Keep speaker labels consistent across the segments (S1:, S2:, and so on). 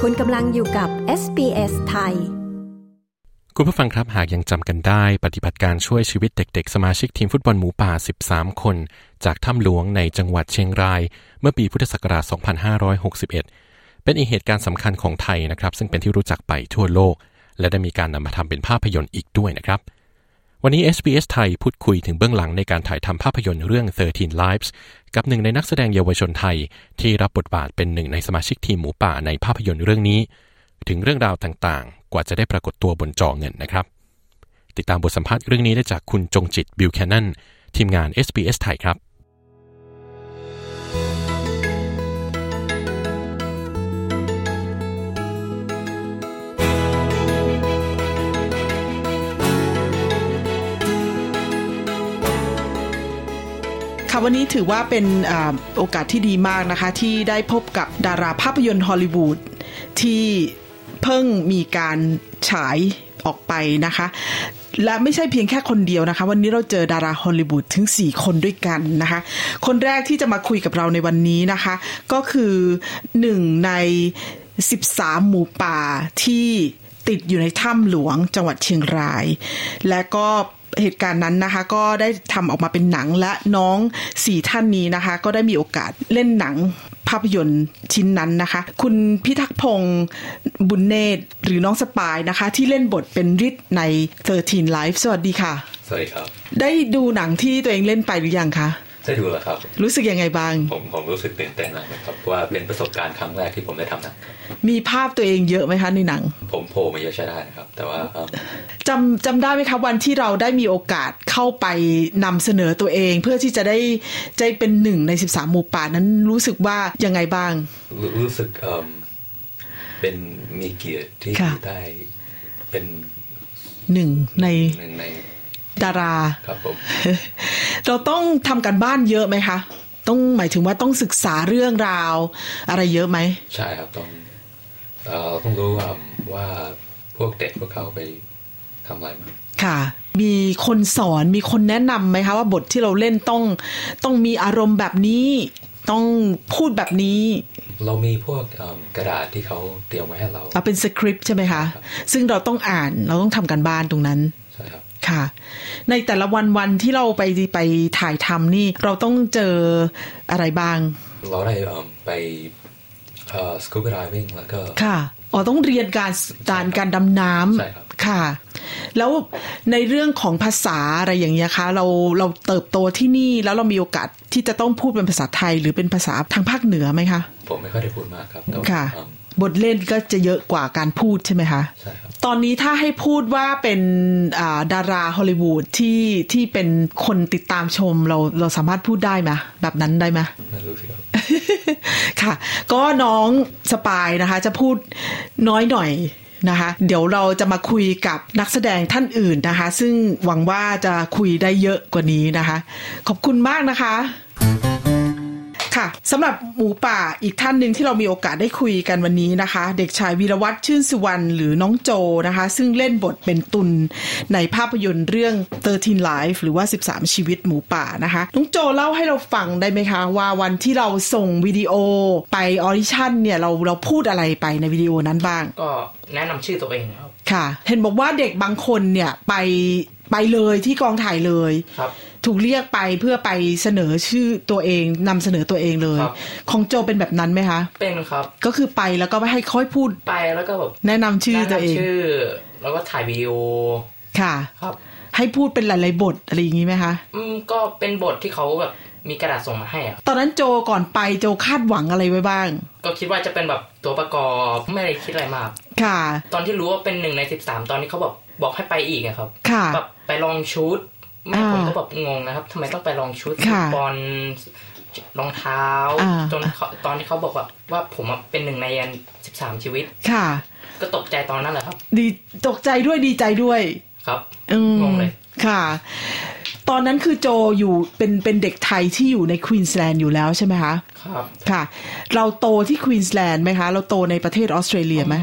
S1: คุณกำลังอยู่กับ SBS ไทย
S2: คุณผู้ฟังครับหากยังจำกันได้ปฏิบัติการช่วยชีวิตเด็กๆ สมาชิกทีมฟุตบอลหมูป่า 13 คน จากถ้ำหลวงในจังหวัดเชียงราย เมื่อปีพุทธศักราช 2561 เป็นอีกเหตุการณ์สำคัญของไทยนะครับ ซึ่งเป็นที่รู้จักไปทั่วโลก และได้มีการนำมาทำเป็นภาพยนตร์อีกด้วยนะครับ วันนี้ SBS ไทยพูดคุยถึงเบื้องหลังในการถ่ายทำภาพยนตร์เรื่อง 13 Lives กับหนึ่งในนักแสดงเยาวชนไทย ที่รับบทบาทเป็นหนึ่งในสมาชิกทีมหมูป่าในภาพยนตร์เรื่องนี้ ถึงเรื่องราวต่างๆ กว่าจะได้ปรากฏตัวบนจอเงินนะครับ ติดตามบทสัมภาษณ์เรื่องนี้ได้จากคุณจงจิตบิวแคนนันทีมงาน SBS ไทยครับ
S3: ค่ะวันนี้ถือว่าเป็นอาโอกาสที่ดีมากนะคะ ที่ได้พบกับดาราภาพยนตร์ฮอลลีวูดที่เพิ่งมีการฉายออกไปนะคะ และไม่ใช่เพียงแค่คนเดียวนะคะ วันนี้เราเจอดาราฮอลลีวูดถึง 4 คนด้วยกันนะคะ คนแรกที่จะมาคุยกับเราในวันนี้นะคะ ก็คือหนึ่งใน 13 หมูป่าที่ติดอยู่ในถ้ำหลวงจังหวัดเชียงราย และก็เหตุการณ์นั้นนะคะ ก็ได้ทำออกมาเป็นหนังและน้องสี่ท่านนี้นะคะ ก็ได้มีโอกาสเล่นหนังภาพยนตร์ชิ้นนั้นนะคะ คุณพิทักษ์พงศ์บุญเนตรหรือน้องสปายนะคะ ที่เล่นบทเป็นฤทธิ์ใน 13 Life สวัสดีค่ะ
S4: สวัสดีครับ
S3: ได้ดูหนังที่ตัวเองเล่นไปหรือยังคะ
S4: ได้ดูแล้วครับ
S3: รู้สึกยังไงบ้าง
S4: ผมผมรู้สึกตื่นเต้นมากนะครับว่าเป็นประสบการณ์ครั้งแรกที่ผมได้ทำหนะ
S3: มีภาพตัวเองเยอะไหมคะในหนัง
S4: ผมโผล่มาเยอะใช่ได้นะครับ แต่ว่าเอิ่ม
S3: จำจำได้ไหมคะวันที่เราได้มีโอกาสเข้าไปนำเสนอตัวเอง เพื่อที่จะได้จะเป็นหนึ่งใน 13 หมู่ป่านั้นรู้สึกว่ายังไงบ้าง
S4: รูรู้สึกเอิ่มเป็นมีเกียรติที่
S3: ค่ะ
S4: ได้เป็น
S3: หนึ่งใน
S4: หนึ่งใน
S3: ดารา
S4: ครับผม
S3: เราต้องทำการบ้านเยอะไหมคะ ต้องหมายถึงว่าต้องศึกษาเรื่องราว อะไรเยอะไหม
S4: ใช่ครับต้องเอ่อต้องรู้ว่าว่าพวกเด็กพวกเขาไปทำอะไรมา
S3: ค่ะ มีคนสอนมีคนแนะนำไหมคะว่าบทที่เราเล่นต้องต้องมีอารมณ์แบบนี้ ต้องพูดแบบนี้
S4: เรามีพวกเอิ่มกระดาษที่เขาเตรียมไว้ให้เรา
S3: เอาเป็นสคริปต์ใช่ไหมคะ ซึ่งเราต้องอ่านเราต้องทำการบ้านตรงนั้น
S4: ใช่ครับ
S3: ค่ะ ในแต่ละวันวันที่เราไปไปถ่ายทำนี่เราต้องเจออะไรบ้าง
S4: เราได้เอิ่มไปสกูบไดวิ่งแล้วก็
S3: ค่ะ อ๋อ ต้องเรียนการการการดำน้
S4: ใช่ครับ
S3: ำค่ะ แล้วในเรื่องของภาษาอะไรอย่างเงี้ยคะเราเราเติบโตที่นี่แล้วเรามีโอกาสที่จะต้องพูดเป็นภาษาไทยหรือเป็นภาษาทางภาคเหนือไหมคะ
S4: ผมไม่ค่อยได้พูดมากครับแต่ว่า
S3: ค่ะ
S4: เอิ่ม
S3: บทเล่นก็จะเยอะกว่าการพูดใช่ไหมคะ
S4: ใช่ครับ
S3: ตอนนี้ถ้าให้พูดว่าเป็นอ่าดาราฮอลลีวูดที่ที่เป็นคนติดตามชมเราเราสามารถพูดได้ไหมแบบนั้นได้ไหม
S4: ไม่รู้สิครับ
S3: ค่ะ ก็น้องสปายนะคะ จะพูดน้อยหน่อยนะคะ เดี๋ยวเราจะมาคุยกับนักแสดงท่านอื่นนะคะ ซึ่งหวังว่าจะคุยได้เยอะกว่านี้นะคะ ขอบคุณมากนะคะ ค่ะสำหรับหมูป่าอีกท่านหนึ่งที่เรามีโอกาสได้คุยกันวันนี้นะคะ เด็กชายวีรวัตรชื่นสุวรรณหรือน้องโจนะคะ ซึ่งเล่นบทเป็นตุลในภาพยนตร์เรื่อง 13 Life หรือว่า 13 ชีวิตหมูป่านะคะ น้องโจเล่าให้เราฟังได้ไหมคะ ว่าวันที่เราส่งวิดีโอไปออดิชั่นเนี่ยเราเราพูดอะไรไปในวิดีโอนั้นบ้าง
S5: ก็แนะนำชื่อตัวเองครับ
S3: ค่ะ เห็นบอกว่าเด็กบางคนเนี่ยไปไปเลยที่กองถ่ายเลย
S5: ครับ
S3: ถูกเรียกไปเพื่อไปเสนอชื่อตัวเองนำเสนอตัวเองเลย
S5: ครับ
S3: ของโจเป็นแบบนั้นไหมคะ
S5: เป็นครับ
S3: ก็คือไปแล้วก็ไม่ให้ค่อยพูด
S5: ไปแล้วก็แบบ
S3: แนะนำชื่อตัวเอ
S5: แนะ
S3: ง
S5: นำชื่อ แล้วก็ถ่ายวิดีโอ
S3: ค่ะ
S5: ครับ
S3: ให้พูดเป็นหลายๆบทอะไรอย่างนี้ไหมคะ
S5: อืมก็เป็นบทที่เขาแบบมีกระดาษส่งมาให้อะ
S3: ตอนนั้นโจก่อนไปโจคาดหวังอะไรไว้บ้าง
S5: ก็คิดว่าจะเป็นแบบตัวประกอบไม่ได้คิดอะไรมาก
S3: ค่ะ
S5: ตอนที่รู้ว่าเป็นหนึ่งในสิบสามตอนนี้เขาบอกบอกให้ไปอีกอะครับ
S3: ค่ะ
S5: แบบไปลองชุดแม่
S3: อ่า
S5: ผมก็แบบงงนะครับทำไมต้องไปลองชุด
S3: ค่ะ
S5: บอลรองเท้า
S3: อ่า
S5: จนเขาตอนที่เขาบอกว่าว่าผมอะเป็นหนึ่งในสิบสามชีวิต
S3: ค่ะ
S5: ก็ตกใจตอนนั้นแหละครับ
S3: ดีตกใจด้วยดีใจด้วย
S5: ครับ
S3: อืม
S5: งงเลย
S3: ค่ะ ตอนนั้นคือโจอยู่เป็นเป็นเด็กไทยที่อยู่ในควีนสแลนด์อยู่แล้วใช่ไหมคะ
S5: ครับ
S3: ค่ะ เราโตที่ควีนสแลนด์ไหมคะ เราโตในประเทศออสเตรเลียไหม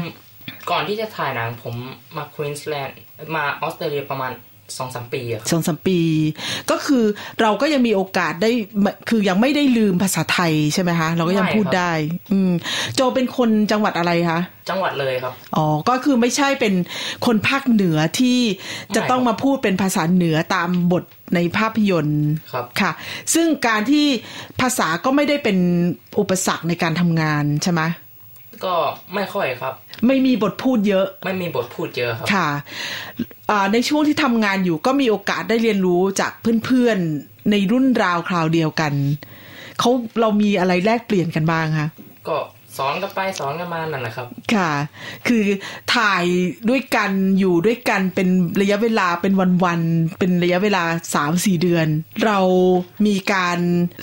S5: ก่อนที่จะถ่ายหนังผมมาควีนสแลนด์มาออสเตรเลียประมาณ สองสามปีอะครับ
S3: สองสามปี ก็คือเราก็ยังมีโอกาสได้มาคือยังไม่ได้ลืมภาษาไทยใช่ไหมคะเราก็ยังพูดได้ อืมโจเป็นคนจังหวัดอะไรคะ
S5: จังหวัดเลยครับ
S3: อ๋อ ก็คือไม่ใช่เป็นคนภาคเหนือที่จะต้องมาพูดเป็นภาษาเหนือตามบทในภาพยนตร์
S5: ครับ
S3: ค่ะ ซึ่งการที่ภาษาก็ไม่ได้เป็นอุปสรรคในการทำงานใช่ไหม
S5: ก็ไม่ค่อยครับ
S3: ไม่มีบทพูดเยอะ
S5: ไม่มีบทพูดเยอะครับ
S3: ค่ะอ่าในช่วงที่ทำงานอยู่ก็มีโอกาสได้เรียนรู้จากเพื่อนๆในรุ่นราวคราวเดียวกันเขาเรามีอะไรแลกเปลี่ยนกันบ้างคะ
S5: ก็สอนกันไปสอนกันมานั่นแหละครับ
S3: ค่ะ คือถ่ายด้วยกันอยู่ด้วยกันเป็นระยะเวลาเป็นวันๆ เป็นระยะเวลาสามสี่เดือน เรามีการ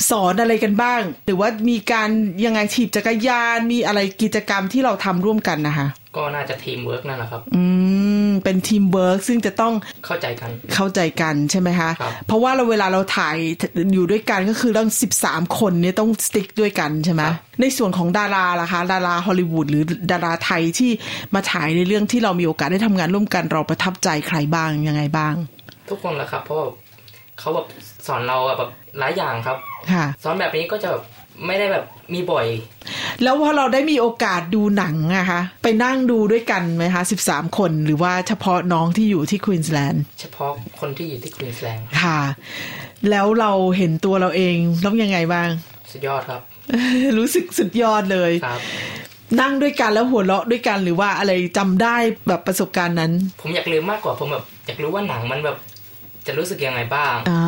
S3: สอนอะไรกันบ้าง หรือว่ามีการยังไงถีบจักรยาน มีอะไรกิจกรรมที่เราทำร่วมกันนะคะ
S5: ก็น่าจะทีมเวิร์กนั่นแหละครับ
S3: อืม เป็นทีมเวิร์กซึ่งจะต้อง
S5: เข้าใจกัน
S3: เข้าใจกันใช่ไหมคะ
S5: ครับ
S3: เพราะว่าเราเวลาเราถ่ายอยู่ด้วยกันก็คือต้องสิบสามคนเนี่ยต้องสติ๊กด้วยกันใช่ไหม ในส่วนของดาราล่ะคะดาราฮอลลีวูดหรือดาราไทยที่มาถ่ายในเรื่องที่เรามีโอกาสได้ทำงานร่วมกันเราประทับใจใครบ้างยังไงบ้าง
S5: ทุกคนแหละครับ เพราะว่าเขาแบบสอนเราอะแบบหลายอย่างครับ
S3: ค่ะ
S5: สอนแบบนี้ก็จะแบบไม่ได้แบบมีบ่อย
S3: แล้วพอเราได้มีโอกาสดูหนังอะคะไปนั่งดูด้วยกันไหมคะสิบสามคนหรือว่าเฉพาะน้องที่อยู่ที่ควีนส์แลนด์
S5: เฉพาะคนที่อยู่ที่ควีนส์แลนด์
S3: ค่ะ แล้วเราเห็นตัวเราเองต้องยังไงบ้าง
S5: สุดยอดครับ
S3: รู้สึกสุดยอดเลย
S5: ครับ
S3: นั่งด้วยกันแล้วหัวเราะด้วยกันหรือว่าอะไรจำได้แบบประสบการณ์นั้น
S5: ผมอยากลืมมากกว่าผมแบบอยากรู้ว่าหนังมันแบบ จะรู้สึกยังไงบ้าง
S3: อ่า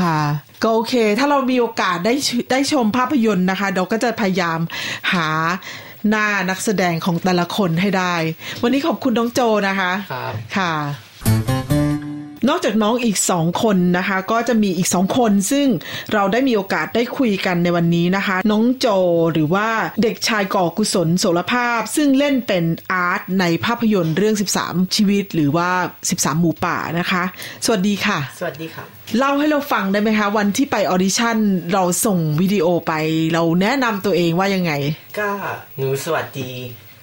S3: ค่ะ ก็โอเค ถ้าเรามีโอกาสได้ชได้ชมภาพยนตร์นะคะ เราก็จะพยายามหาหน้านักแสดงของแต่ละคนให้ได้ วันนี้ขอบคุณน้องโจนะคะ
S5: ครับ
S3: ค่ะ นอกจากน้องอีกสองคนนะคะ ก็จะมีอีกสองคน ซึ่งเราได้มีโอกาสได้คุยกันในวันนี้นะคะ น้องโจหรือว่าเด็กชายก่อกุศลโสรภาพ ซึ่งเล่นเป็นอาร์ตในภาพยนตร์เรื่อง 13 ชีวิต หรือว่า 13 หมูป่านะคะ สวัสดีค่ะ
S5: สวัสดีครับ
S3: เล่าให้เราฟังได้ไหมคะ วันที่ไปออดิชั่นเราส่งวิดีโอไปเราแนะนำตัวเองว่ายังไง
S6: ก็หนูสวัสดี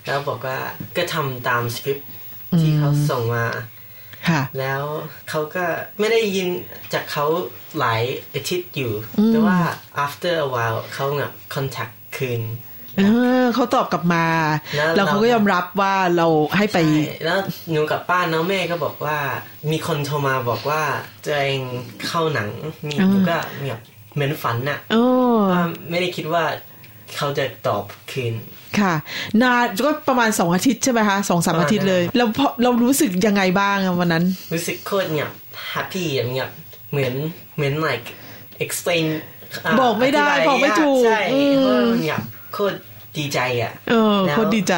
S6: แล้วบอกว่าก็ทำตามสคริปต์ที่เขาส่งมา
S3: ค่ะ
S6: แล้วเขาก็ไม่ได้ยินจากเขาหลายอาทิตย์อยู่ แต่ว่า after a while เขาแบบ contact คืน
S3: เออเขาตอบกลับมา
S6: แล้ว
S3: แล้วเขาก็
S6: เรา
S3: ยอมรับว่าเราให้ไป
S6: ใช่แล้วหนูกับป้าน้องแม่ก็บอกว่า มีคนโทรมาบอกว่าตัวเองเข้าหนังมี
S3: อ่า
S6: หนูก็แบบเหมือนฝันน่ะ
S3: อ๋อ
S6: ว่าไม่ได้คิดว่าเขาจะตอบคืน
S3: ค่ะนานก็ประมาณสองอาทิตย์ใช่ไหมคะสองสาม
S6: ประมาณ
S3: อาทิตย์เลย
S6: นั้น
S3: แล้วพอเรารู้สึกยังไงบ้างอะวันนั้น
S6: รู้สึกโคตรเงียบแฮปปี้อย่างเงียบเหมือนเหมือน like explain า
S3: บอกไม่ได้
S6: ธิาย
S3: บอกไม่ถูก
S6: ยาใช่
S3: อืม
S6: เพราะว่ามันเงียบโคตรดีใจอ่ะ
S3: เออ
S6: แล้ว
S3: โคนดีใจ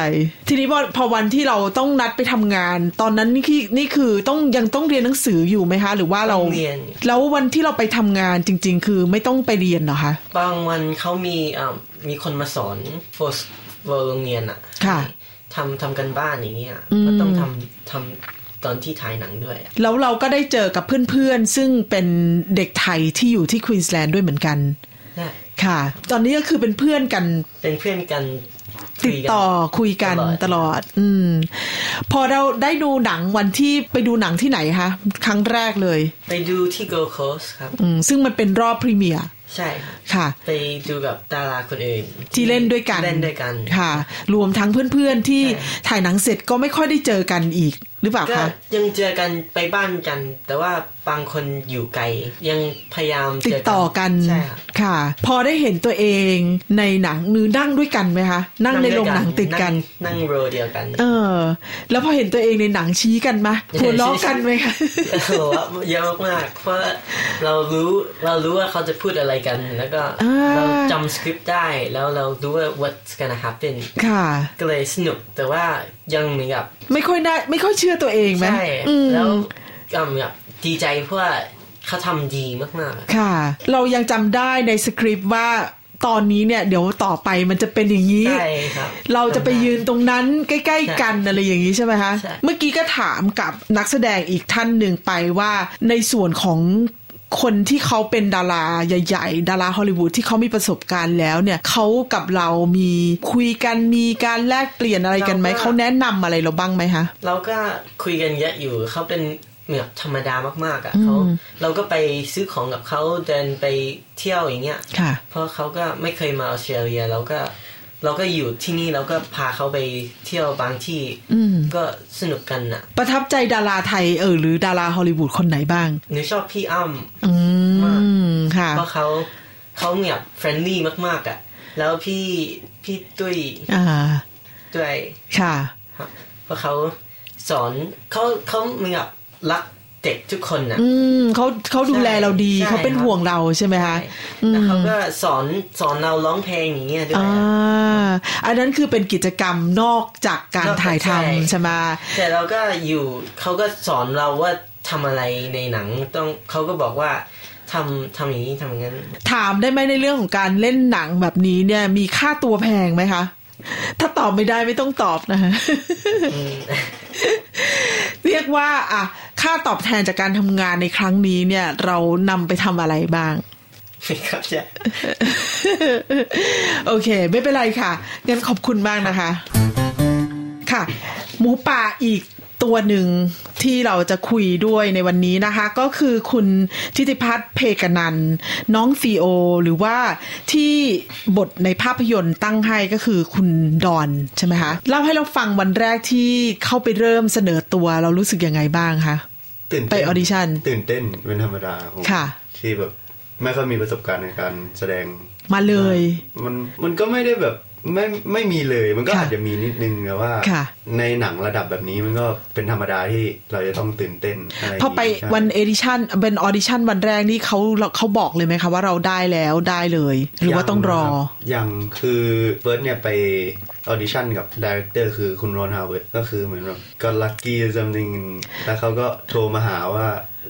S3: ทีนี้พอพอวันที่เราต้องนัดไปทำงาน ตอนนั้นนี่คือนี่คือต้องยังต้องเรียนหนังสืออยู่ไหมคะ หรือว่าเรา
S6: ต้องเรียน
S3: แล้ววันที่เราไปทำงานจริง ๆ คือไม่ต้องไปเรียนเหรอคะ
S6: บางวันเขามีอ่ามีคนมาสอนโฟสโรงเรียนอ่ะ
S3: ค่ะ
S6: ทำทำกันบ้านอย่างเงี้ย
S3: อืม
S6: ก็ต้องทำทำตอนที่ถ่ายหนังด้วยอะ
S3: แล้วเราก็ได้เจอกับเพื่อนๆ ซึ่งเป็นเด็กไทยที่อยู่ที่ควีนส์แลนด์ด้วยเหมือนกัน
S6: ได้
S3: ค่ะ ตอนนี้ก็คือเป็นเพื่อนกัน
S6: เป็นเพื่อนกันคุ
S3: ติด
S6: ยกัน
S3: ต่อคุยกัน
S6: ตลอด
S3: ตลอด อืม พอเราได้ดูหนังวันที่ไปดูหนังที่ไหนคะครั้งแรกเลย
S6: ไปดูที่ Gold Coast ครับ
S3: อืมซึ่งมันเป็นรอบพรีเมียร์
S6: ใช่ครับ
S3: ค่ะ
S6: ไปดูกับดาราคนอื่น
S3: ที่เล่นด้วยกัน
S6: เล่นด้วยกัน
S3: ค่ะ รวมทั้งเพื่อนๆที่
S6: ใช่
S3: ถ่ายหนังเสร็จก็ไม่ค่อยได้เจอกันอีก หรือเปล่า
S6: ก็
S3: คะ
S6: ยังเจอกันไปบ้านกัน แต่ว่าบางคนอยู่ไกล ยังพยายาม
S3: ติ
S6: เจ
S3: ดต่อกัน
S6: ใช่ครับ
S3: ค่ะ พอได้เห็นตัวเองในหนังหรือนั่งด้วยกันไหมคะนั่งในโรงหนังติดกัน
S6: นั่งโรเดียวกัน
S3: เออ แล้วพอเห็นตัวเองในหนังชี้กันไหมหัวล้อกันไหมคะ
S6: เราว่าเยอะมากๆเพราะเรารู้เรารู้ว่าเขาจะพูดอะไรกัน แล้วก็
S3: อ่า
S6: เราจำสคริปต์ได้แล้วเรารู้ว่า what's gonna happen
S3: ค่ะ
S6: ก็เลยสนุกแต่ว่ายังเหมือนกับ
S3: ไม่ค่อยได้ไม่ค่อยเชื่อตัวเองไหม
S6: ใช่
S3: อืม
S6: แล้วก็เหมือนกับดีใจเพราะว่าเขาทำดีมากๆ
S3: ค่ะ เรายังจำได้ในสคริปต์ว่าตอนนี้เนี่ย เดี๋ยวต่อไปมันจะเป็นอย่างนี้
S6: ใช่ครับ
S3: เราจะไปยืนตรงนั้นใกล้ ๆ กันอะไรอย่างนี้ใช่ไหมคะ
S6: ใช่
S3: เมื่อกี้ก็ถามกับนักแสดงอีกท่านหนึ่งไปว่าในส่วนของคนที่เขาเป็นดาราใหญ่ ๆ ดาราฮอลลีวูดที่เขามีประสบการณ์แล้วเนี่ยเขากับเรามีคุยกันมีการแลกเปลี่ยนอะไรกันไหมเขาแนะนำอะไรเราบ้างไหมคะ
S6: เราก็คุยกันเยอะอยู่ เขาเป็น แบบธรรมดามากๆอะ
S7: อืม
S6: เขาเราก็ไปซื้อของกับเขาเดินไปเที่ยวอย่างเงี้ย
S3: ค่ะ
S6: เพราะเขาก็ไม่เคยมาออสเตรเลียเราก็เราก็อยู่ที่นี่เราก็พาเขาไปเที่ยวบางที่
S7: อืม
S6: ก็สนุกกันน่ะ
S3: ประทับใจดาราไทยเออหรือดาราฮอลลีวูดคนไหนบ้าง
S6: หนูชอบพี่อ้ำ
S7: อื
S6: มาก
S7: ม ค่ะ
S6: เพราะเขาเขาเนี่ยเฟรนลี่มากๆอะ่ะ แล้วพี่พี่ตุ้ย
S3: อ่า
S6: ด้วย
S3: ค่ะ
S6: ครับเพราะเขาสอนเขาเขาเหมือนกับรักเด็กทุกคนน่ะ
S3: อืมเขาเขาดูแลเราดี
S6: ใช่
S3: เขาเป็นห่วงเราใช่ไหมคะ
S6: แล้วเขาก็สอนสอนเราร้องเพลงอย่างเงี้ยด้วย
S3: อ่า
S6: อะ
S3: อันนั้นคือเป็นกิจกรรมนอกจากการ
S6: นอกจาก
S3: ถ่าย
S6: ใช่
S3: ทำใช่ไหม
S6: แต่เราก็อยู่เขาก็สอนเราว่าทำอะไรในหนังต้องเขาก็บอกว่าทำทำอย่างนี้ทำอย่างนั้น
S3: ถามได้ไหมในเรื่องของการเล่นหนังแบบนี้เนี่ย มีค่าตัวแพงไหมคะ ถ้าตอบไม่ได้ไม่ต้องตอบนะคะ
S6: อืม
S3: เรียกว่า อ่ะ ค่าตอบแทนจากการทำงานในครั้งนี้เนี่ย เรานำไปทำอะไรบ้าง
S6: ไม่ครับจะ
S3: โอเค ไม่เป็นไรค่ะงั้นขอบคุณมากนะคะ ค่ะ หมูป่าอีกตัวหนึ่งที่เราจะคุยด้วยในวันนี้นะคะ ก็คือคุณทิติพัฒน์เพกนันท์น้องซีโอ หรือว่าที่บทในภาพยนตร์ตั้งให้ก็คือคุณดอนใช่ไหมคะเล่าให้เราฟังวันแรกที่เข้าไปเริ่มเสนอตัวเรารู้สึกยังไงบ้างคะ
S8: ตื่น
S3: ไป
S8: เต้น
S3: audition
S8: ตื่นเต้นเป็นธรรมดาผม
S3: ค่ะ
S8: ที่แบบไม่ค่อยมีประสบการณ์ในการแสดง
S3: มาเลย
S8: มันมันก็ไม่ได้แบบไม่ไม่มีเลยมันก็
S3: ค่ะ
S8: อาจจะมีนิดนึงแต่ว่า
S3: ค่ะ
S8: ในหนังระดับแบบนี้มันก็เป็นธรรมดาที่เราจะต้องตื่นเต้นอะไรย่าง
S3: พ
S8: งี้
S3: อไป
S8: ใช่
S3: วันเอดิชันเป็นออดิชันวันแรกนี่เขาเขาบอกเลยไหมคะว่าเราได้แล้วได้เลย หรือว่าต้องรอ
S8: ยัคบยังคือเบิร์ดเนี่ยไปออดิชั่นกับดีเรคเตอร์คือคุณรอนฮาวเวิร์ดก็คือเหมือนแบบก็ลัคกี้จำจริงแล้วเขาก็โทรมาหาว่า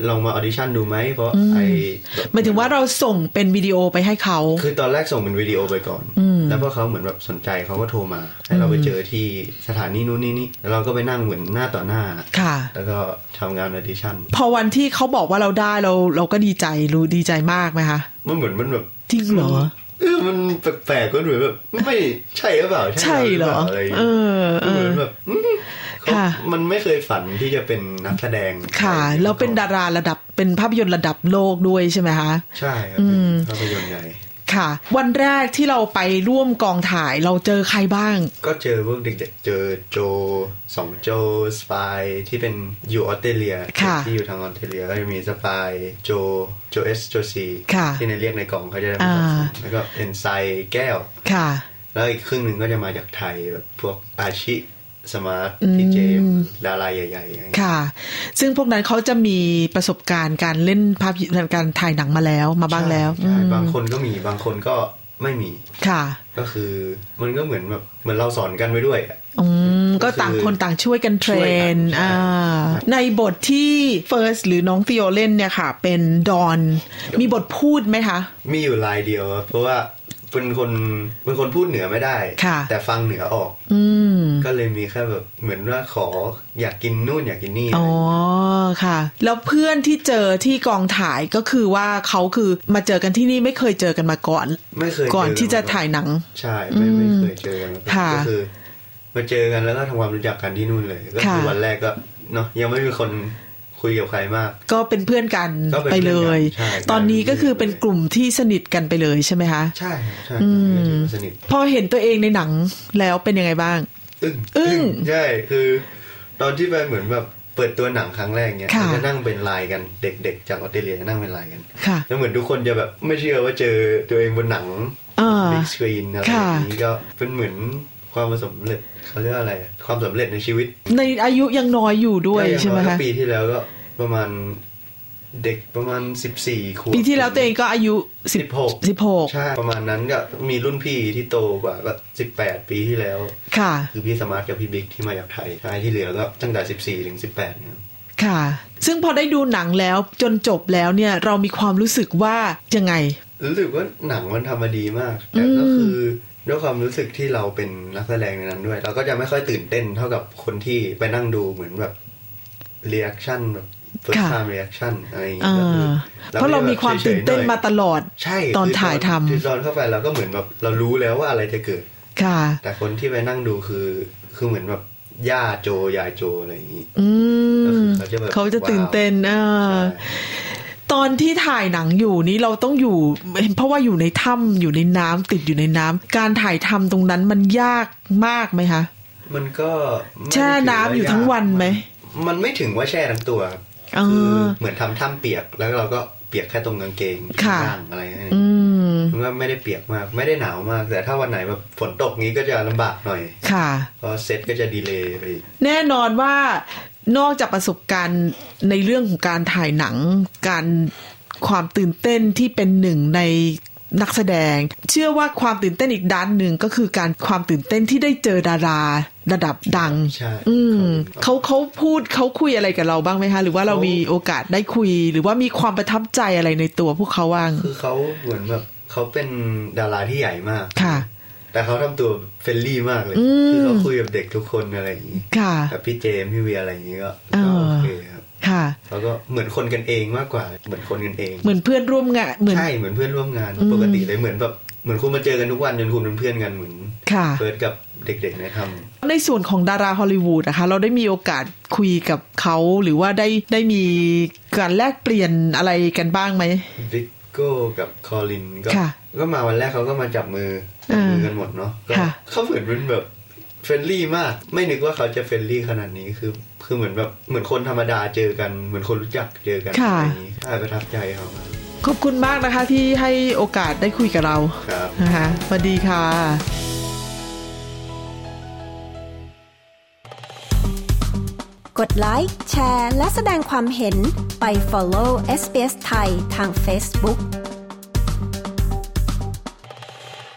S8: ลองมาออดิชั่นดูไหมเพราะไอแบบ
S3: หมายถึงว่าเราส่งเป็นวิดีโอไปให้เขา
S8: คือตอนแรกส่งเป็นวิดีโอไปก่อน แล้วพอเขาเหมือนแบบสนใจเขาก็โทรมา ให้เราไปเจอที่สถานีนู้นนี่นี่แล้วเราก็ไปนั่งเหมือนหน้าต่อหน้า
S3: ค่ะ
S8: แล้วก็ทำงานออดิชั่น
S3: พอวันที่เขาบอกว่าเราได้เราเราก็ดีใจรู้ดีใจมากไหมคะ
S8: มันเหมือนมันแบบ
S3: จริงเหรอ
S8: เออมันแปลกๆก็เหมือนแบบไม่ใช่หรือเปล่า
S3: ใช่เหรอ
S8: ใช่าอะไรอย่าง
S3: เออ
S8: เงี้ย
S3: เอ
S8: เหมื
S3: อ
S8: อนแบบอืมเขา
S3: ค่ะ
S8: มันไม่เคยฝันที่จะเป็นนักแสดง
S3: ค่ะ
S8: อไอย่งงี้ย
S3: แล้วเป็นดาราระดับเป็นภาพยนตร์ระดับโลกด้วยใช่ไหมคะ
S8: ใช่ครับ
S3: อืม
S8: ภาพยนตร์ใหญ่
S3: ค่ะ วันแรกที่เราไปร่วมกองถ่ายเราเจอใครบ้าง
S8: ก็เจอพวกเด็กๆเจอโจสองโจสปายที่เป็นอยู่ออสเตรเลีย
S3: ค่ะ
S8: ที่อยู่ทางออสเตรเลียก็จะมีสปายโจโจเอสโจซี
S3: ค่ะ
S8: ที่ในเรียกในกล่องเขาจะได้
S3: อ่า
S8: แล้วก็เอนไซแก้ว
S3: ค่ะ
S8: แล้วอีกครึ่งหนึ่งก็จะมาจากไทยแบบพวกอาชิสมาร์ท
S3: อืม
S8: พีเจมส์ดาราใหญ่ๆอะไรอย่างเงี้ย
S3: ค่ะ ซึ่งพวกนั้นเขาจะมีประสบการณ์การเล่นภาพยนตร์การถ่ายหนังมาแล้วมาบ้างแล้ว
S8: ใช่
S3: อืม
S8: บางคนก็มีบางคนก็ไม่มี
S3: ค่ะ
S8: ก็คือ มันก็เหมือนแบบเหมือนเราสอนกันไว้ด้วยอะ
S3: อืม
S8: ก็
S3: ก็
S8: คือ
S3: ต่างคนต่างช่วยกันเทร
S8: ช่วยกัน
S3: น
S8: ใช่
S3: อ่าในบทที่เฟิร์สหรือน้องฟิโอเล่นเนี่ยค่ะ เป็นดอน มีบทพูดไหมคะ
S8: มีอยู่ลายเดียวครับเพราะว่าเป็นคนเป็นคนพูดเหนือไม่ได้
S3: ค่ะ
S8: แต่ฟังเหนือออก
S3: อืม
S8: ก็เลยมีแค่แบบเหมือนว่าขออยากกินนู่นอยากกินนี่
S3: อ๋อค่ะ แล้วเพื่อนที่เจอที่กองถ่ายก็คือว่าเขาคือมาเจอกันที่นี่ไม่เคยเจอกันมาก่อน
S8: ไม่เคย
S3: ก่อน
S8: เ
S3: ที่จะถ่ายหนัง
S8: ใช่ไม่ไม่
S3: อืม
S8: เคยเจอกันมาก่อน
S3: ค่ะ
S8: ก็คือมาเจอกันแล้วก็ทำความรู้จักกันที่นู่นเลย ก็คือ
S3: ค่ะ
S8: วันแรกก็เนาะยังไม่มีคนคุยกับใครมาก
S3: ก็เป็นเพื่อนกัน
S8: ก็เป็น
S3: ไปเลย
S8: เพื่อนกันใช่
S3: ตอนนี้ก็คือเป็นกลุ่มที่สนิทกันไปเลยใช่ไหมคะ
S8: ใช่ใช่
S3: อืม
S8: ถือว่าสนิท
S3: พอเห็นตัวเองในหนังแล้วเป็นยังไงบ้าง
S8: อึ้ง
S3: อึ้ง
S8: ใช่คือ ตอนที่ไปเหมือนแบบเปิดตัวหนังครั้งแรกเนี่ย
S3: ค่ะ
S8: มันจะนั่งเป็นไลน์กันเด็ก ๆ จากออสเตรเลียนั่งเป็นไลน์กัน
S3: ค่ะ
S8: แล้วเหมือนทุกคนจะแบบไม่เชื่อว่าเจอตัวเองบนหนัง
S3: อ่า
S8: บิ๊กสกรีนอะไร
S3: ค่ะ
S8: อย่างนี้ก็เป็นเหมือนความสำเร็จเขาเรียกว่าอะไรอะความสำเร็จในชีวิต
S3: ในอายุยังน้อยอยู่ด้วย
S8: ก็อาง
S3: ใช่ไหม
S8: น้อยก็
S3: คะ
S8: ปีที่แล้วก็ประมาณเด็กประมาณสิบสี่ขวบ
S3: ปีที่แล้วตัวเองก็อายุสิบ
S8: 16
S3: สิบหก
S8: ใช่ประมาณนั้นก็มีรุ่นพี่ที่โตกว่าก็สิบแปดปีที่แล้ว
S3: ค่ะ
S8: คือพี่สมาร์ทกับพี่บิ๊กที่มาจากไทยใช่ที่เหลือก็ตั้งแต่สิบสี่ถึงสิบแปดเนี่ย
S3: ค่ะ ซึ่งพอได้ดูหนังแล้วจนจบแล้วเนี่ยเรามีความรู้สึกว่ายังไง
S8: รู้สึกว่าหนังมันทำมาดีมากแต่ก็คือด้วยความรู้สึกที่เราเป็นนักแสดงในนั้นด้วย เราก็จะไม่ค่อยตื่นเต้นเท่ากับคนที่ไปนั่งดูเหมือนแบบเรีแอคชั่นแบบเฟิร์ส
S3: ค่ะ
S8: ไทม์เรีแอคชั่นอะไรอย่างเงี้
S3: อ่
S8: ยก็คือา ก็
S3: เพราะเรามีความตื่นเต้นมาตลอด
S8: ใช่
S3: ตอนถ่ายทำ
S8: คือตอนเข้าไปเราก็เหมือนแบบเรารู้แล้วว่าอะไรจะเกิด
S3: ค่ะ
S8: แต่คนที่ไปนั่งดูคือ คือเหมือนแบบย่าโจยายโจอะไรอย่างงี้
S3: อืม
S8: ก็คือ เขาจะแบบ
S3: เขาจะตื่นเต้นอ่า
S8: ว้าว
S3: ตอนที่ถ่ายหนังอยู่นี้เราต้องอยู่เพราะว่าอยู่ในถ้ำอยู่ในน้ำติดอยู่ในน้ำการถ่ายทำตรงนั้นมันยากมากไหมคะ
S8: มันก็ไม่ได้
S3: แช่น้ำอยู่ทั้งวันไหม
S8: มันไม่ถึงว่าแช่ทั้งตัวครับ
S3: เออ
S8: คือเหมือนทำถ้ำเปียกแล้วเราก็เปียกแค่ตรงกางเกง
S3: ค่ะ
S8: ข้างอะไรอย่างเงี้ย
S3: อืม
S8: มันก็ไม่ได้เปียกมากไม่ได้หนาวมาก แต่ถ้าวันไหนแบบฝนตกงี้ก็จะลำบากหน่อย
S3: ค่ะ
S8: เพราะเซตก็จะดีเลย์ไปอีก
S3: แน่นอนว่านอกจากประสบการณ์ในเรื่องของการถ่ายหนัง การความตื่นเต้นที่เป็นหนึ่งในนักแสดง เชื่อว่าความตื่นเต้นอีกด้านหนึ่งก็คือการความตื่นเต้นที่ได้เจอดาราระดับดัง
S8: ใช่
S3: อืมเขาเขาพูดเขาคุยอะไรกับเราบ้างไหมคะ หรือว่าเรามีโอกาสได้คุย หรือว่ามีความประทับใจอะไรในตัวพวกเขาบ้าง
S8: คือเขาเหมือนแบบเขาเป็นดาราที่ใหญ่มาก
S3: ค่ะ
S8: แต่เขาทำตัวเฟรนลี่มากเลย
S3: อืม
S8: คือเขาคุยกับเด็กทุกคนอะไรอย่างงี้
S3: ค่ะ
S8: กับพี่เจมส์พี่เวียอะไรอย่างงี้ก็
S3: เออ
S8: ก็โอเคครับ
S3: ค่ะ
S8: เขาก็เหมือนคนกันเองมากกว่า เหมือนคนกันเอง
S3: เหมือนเพื่อนร่วมงานเหมือน
S8: ใช่เหมือนเพื่อนร่วมงาน
S3: อืม
S8: ปกติเลยเหมือนแบบเหมือนคุณมาเจอกันทุกวันจนคุณเป็นเพื่อนกันเหมือน
S3: ค่ะ
S8: เฟิร์สกับเด็กๆเนยทำ
S3: ในส่วนของดาราฮอลลีวูดนะคะเราได้มีโอกาสคุยกับเขาหรือว่าได้ได้มีการแลกเปลี่ยนอะไรกันบ้างไหม
S8: ริกโก้กับคอลินก็
S3: ค่ะ
S8: ก็มาวันแรกเขาก็มาจับมือจับมือกันหมดเนาะก็
S3: ค่ะ
S8: เขาเหมือนเป็นแบบเฟรนลี่มาก ไม่นึกว่าเขาจะเฟรนลี่ขนาดนี้คือ คือเหมือนแบบเหมือนคนธรรมดาเจอกัน เหมือนคนรู้จักเจอกันอะไรอย่างนี้ใช่ประทับใจเขามาก
S3: ขอบคุณมากนะคะที่ให้โอกาสได้คุยกับเรา
S8: ครับ
S3: นะคะสวัสดีค่ะ
S1: กดไลค์ แชร์ และแสดงความเห็นไป follow SBS ไทยทาง Facebook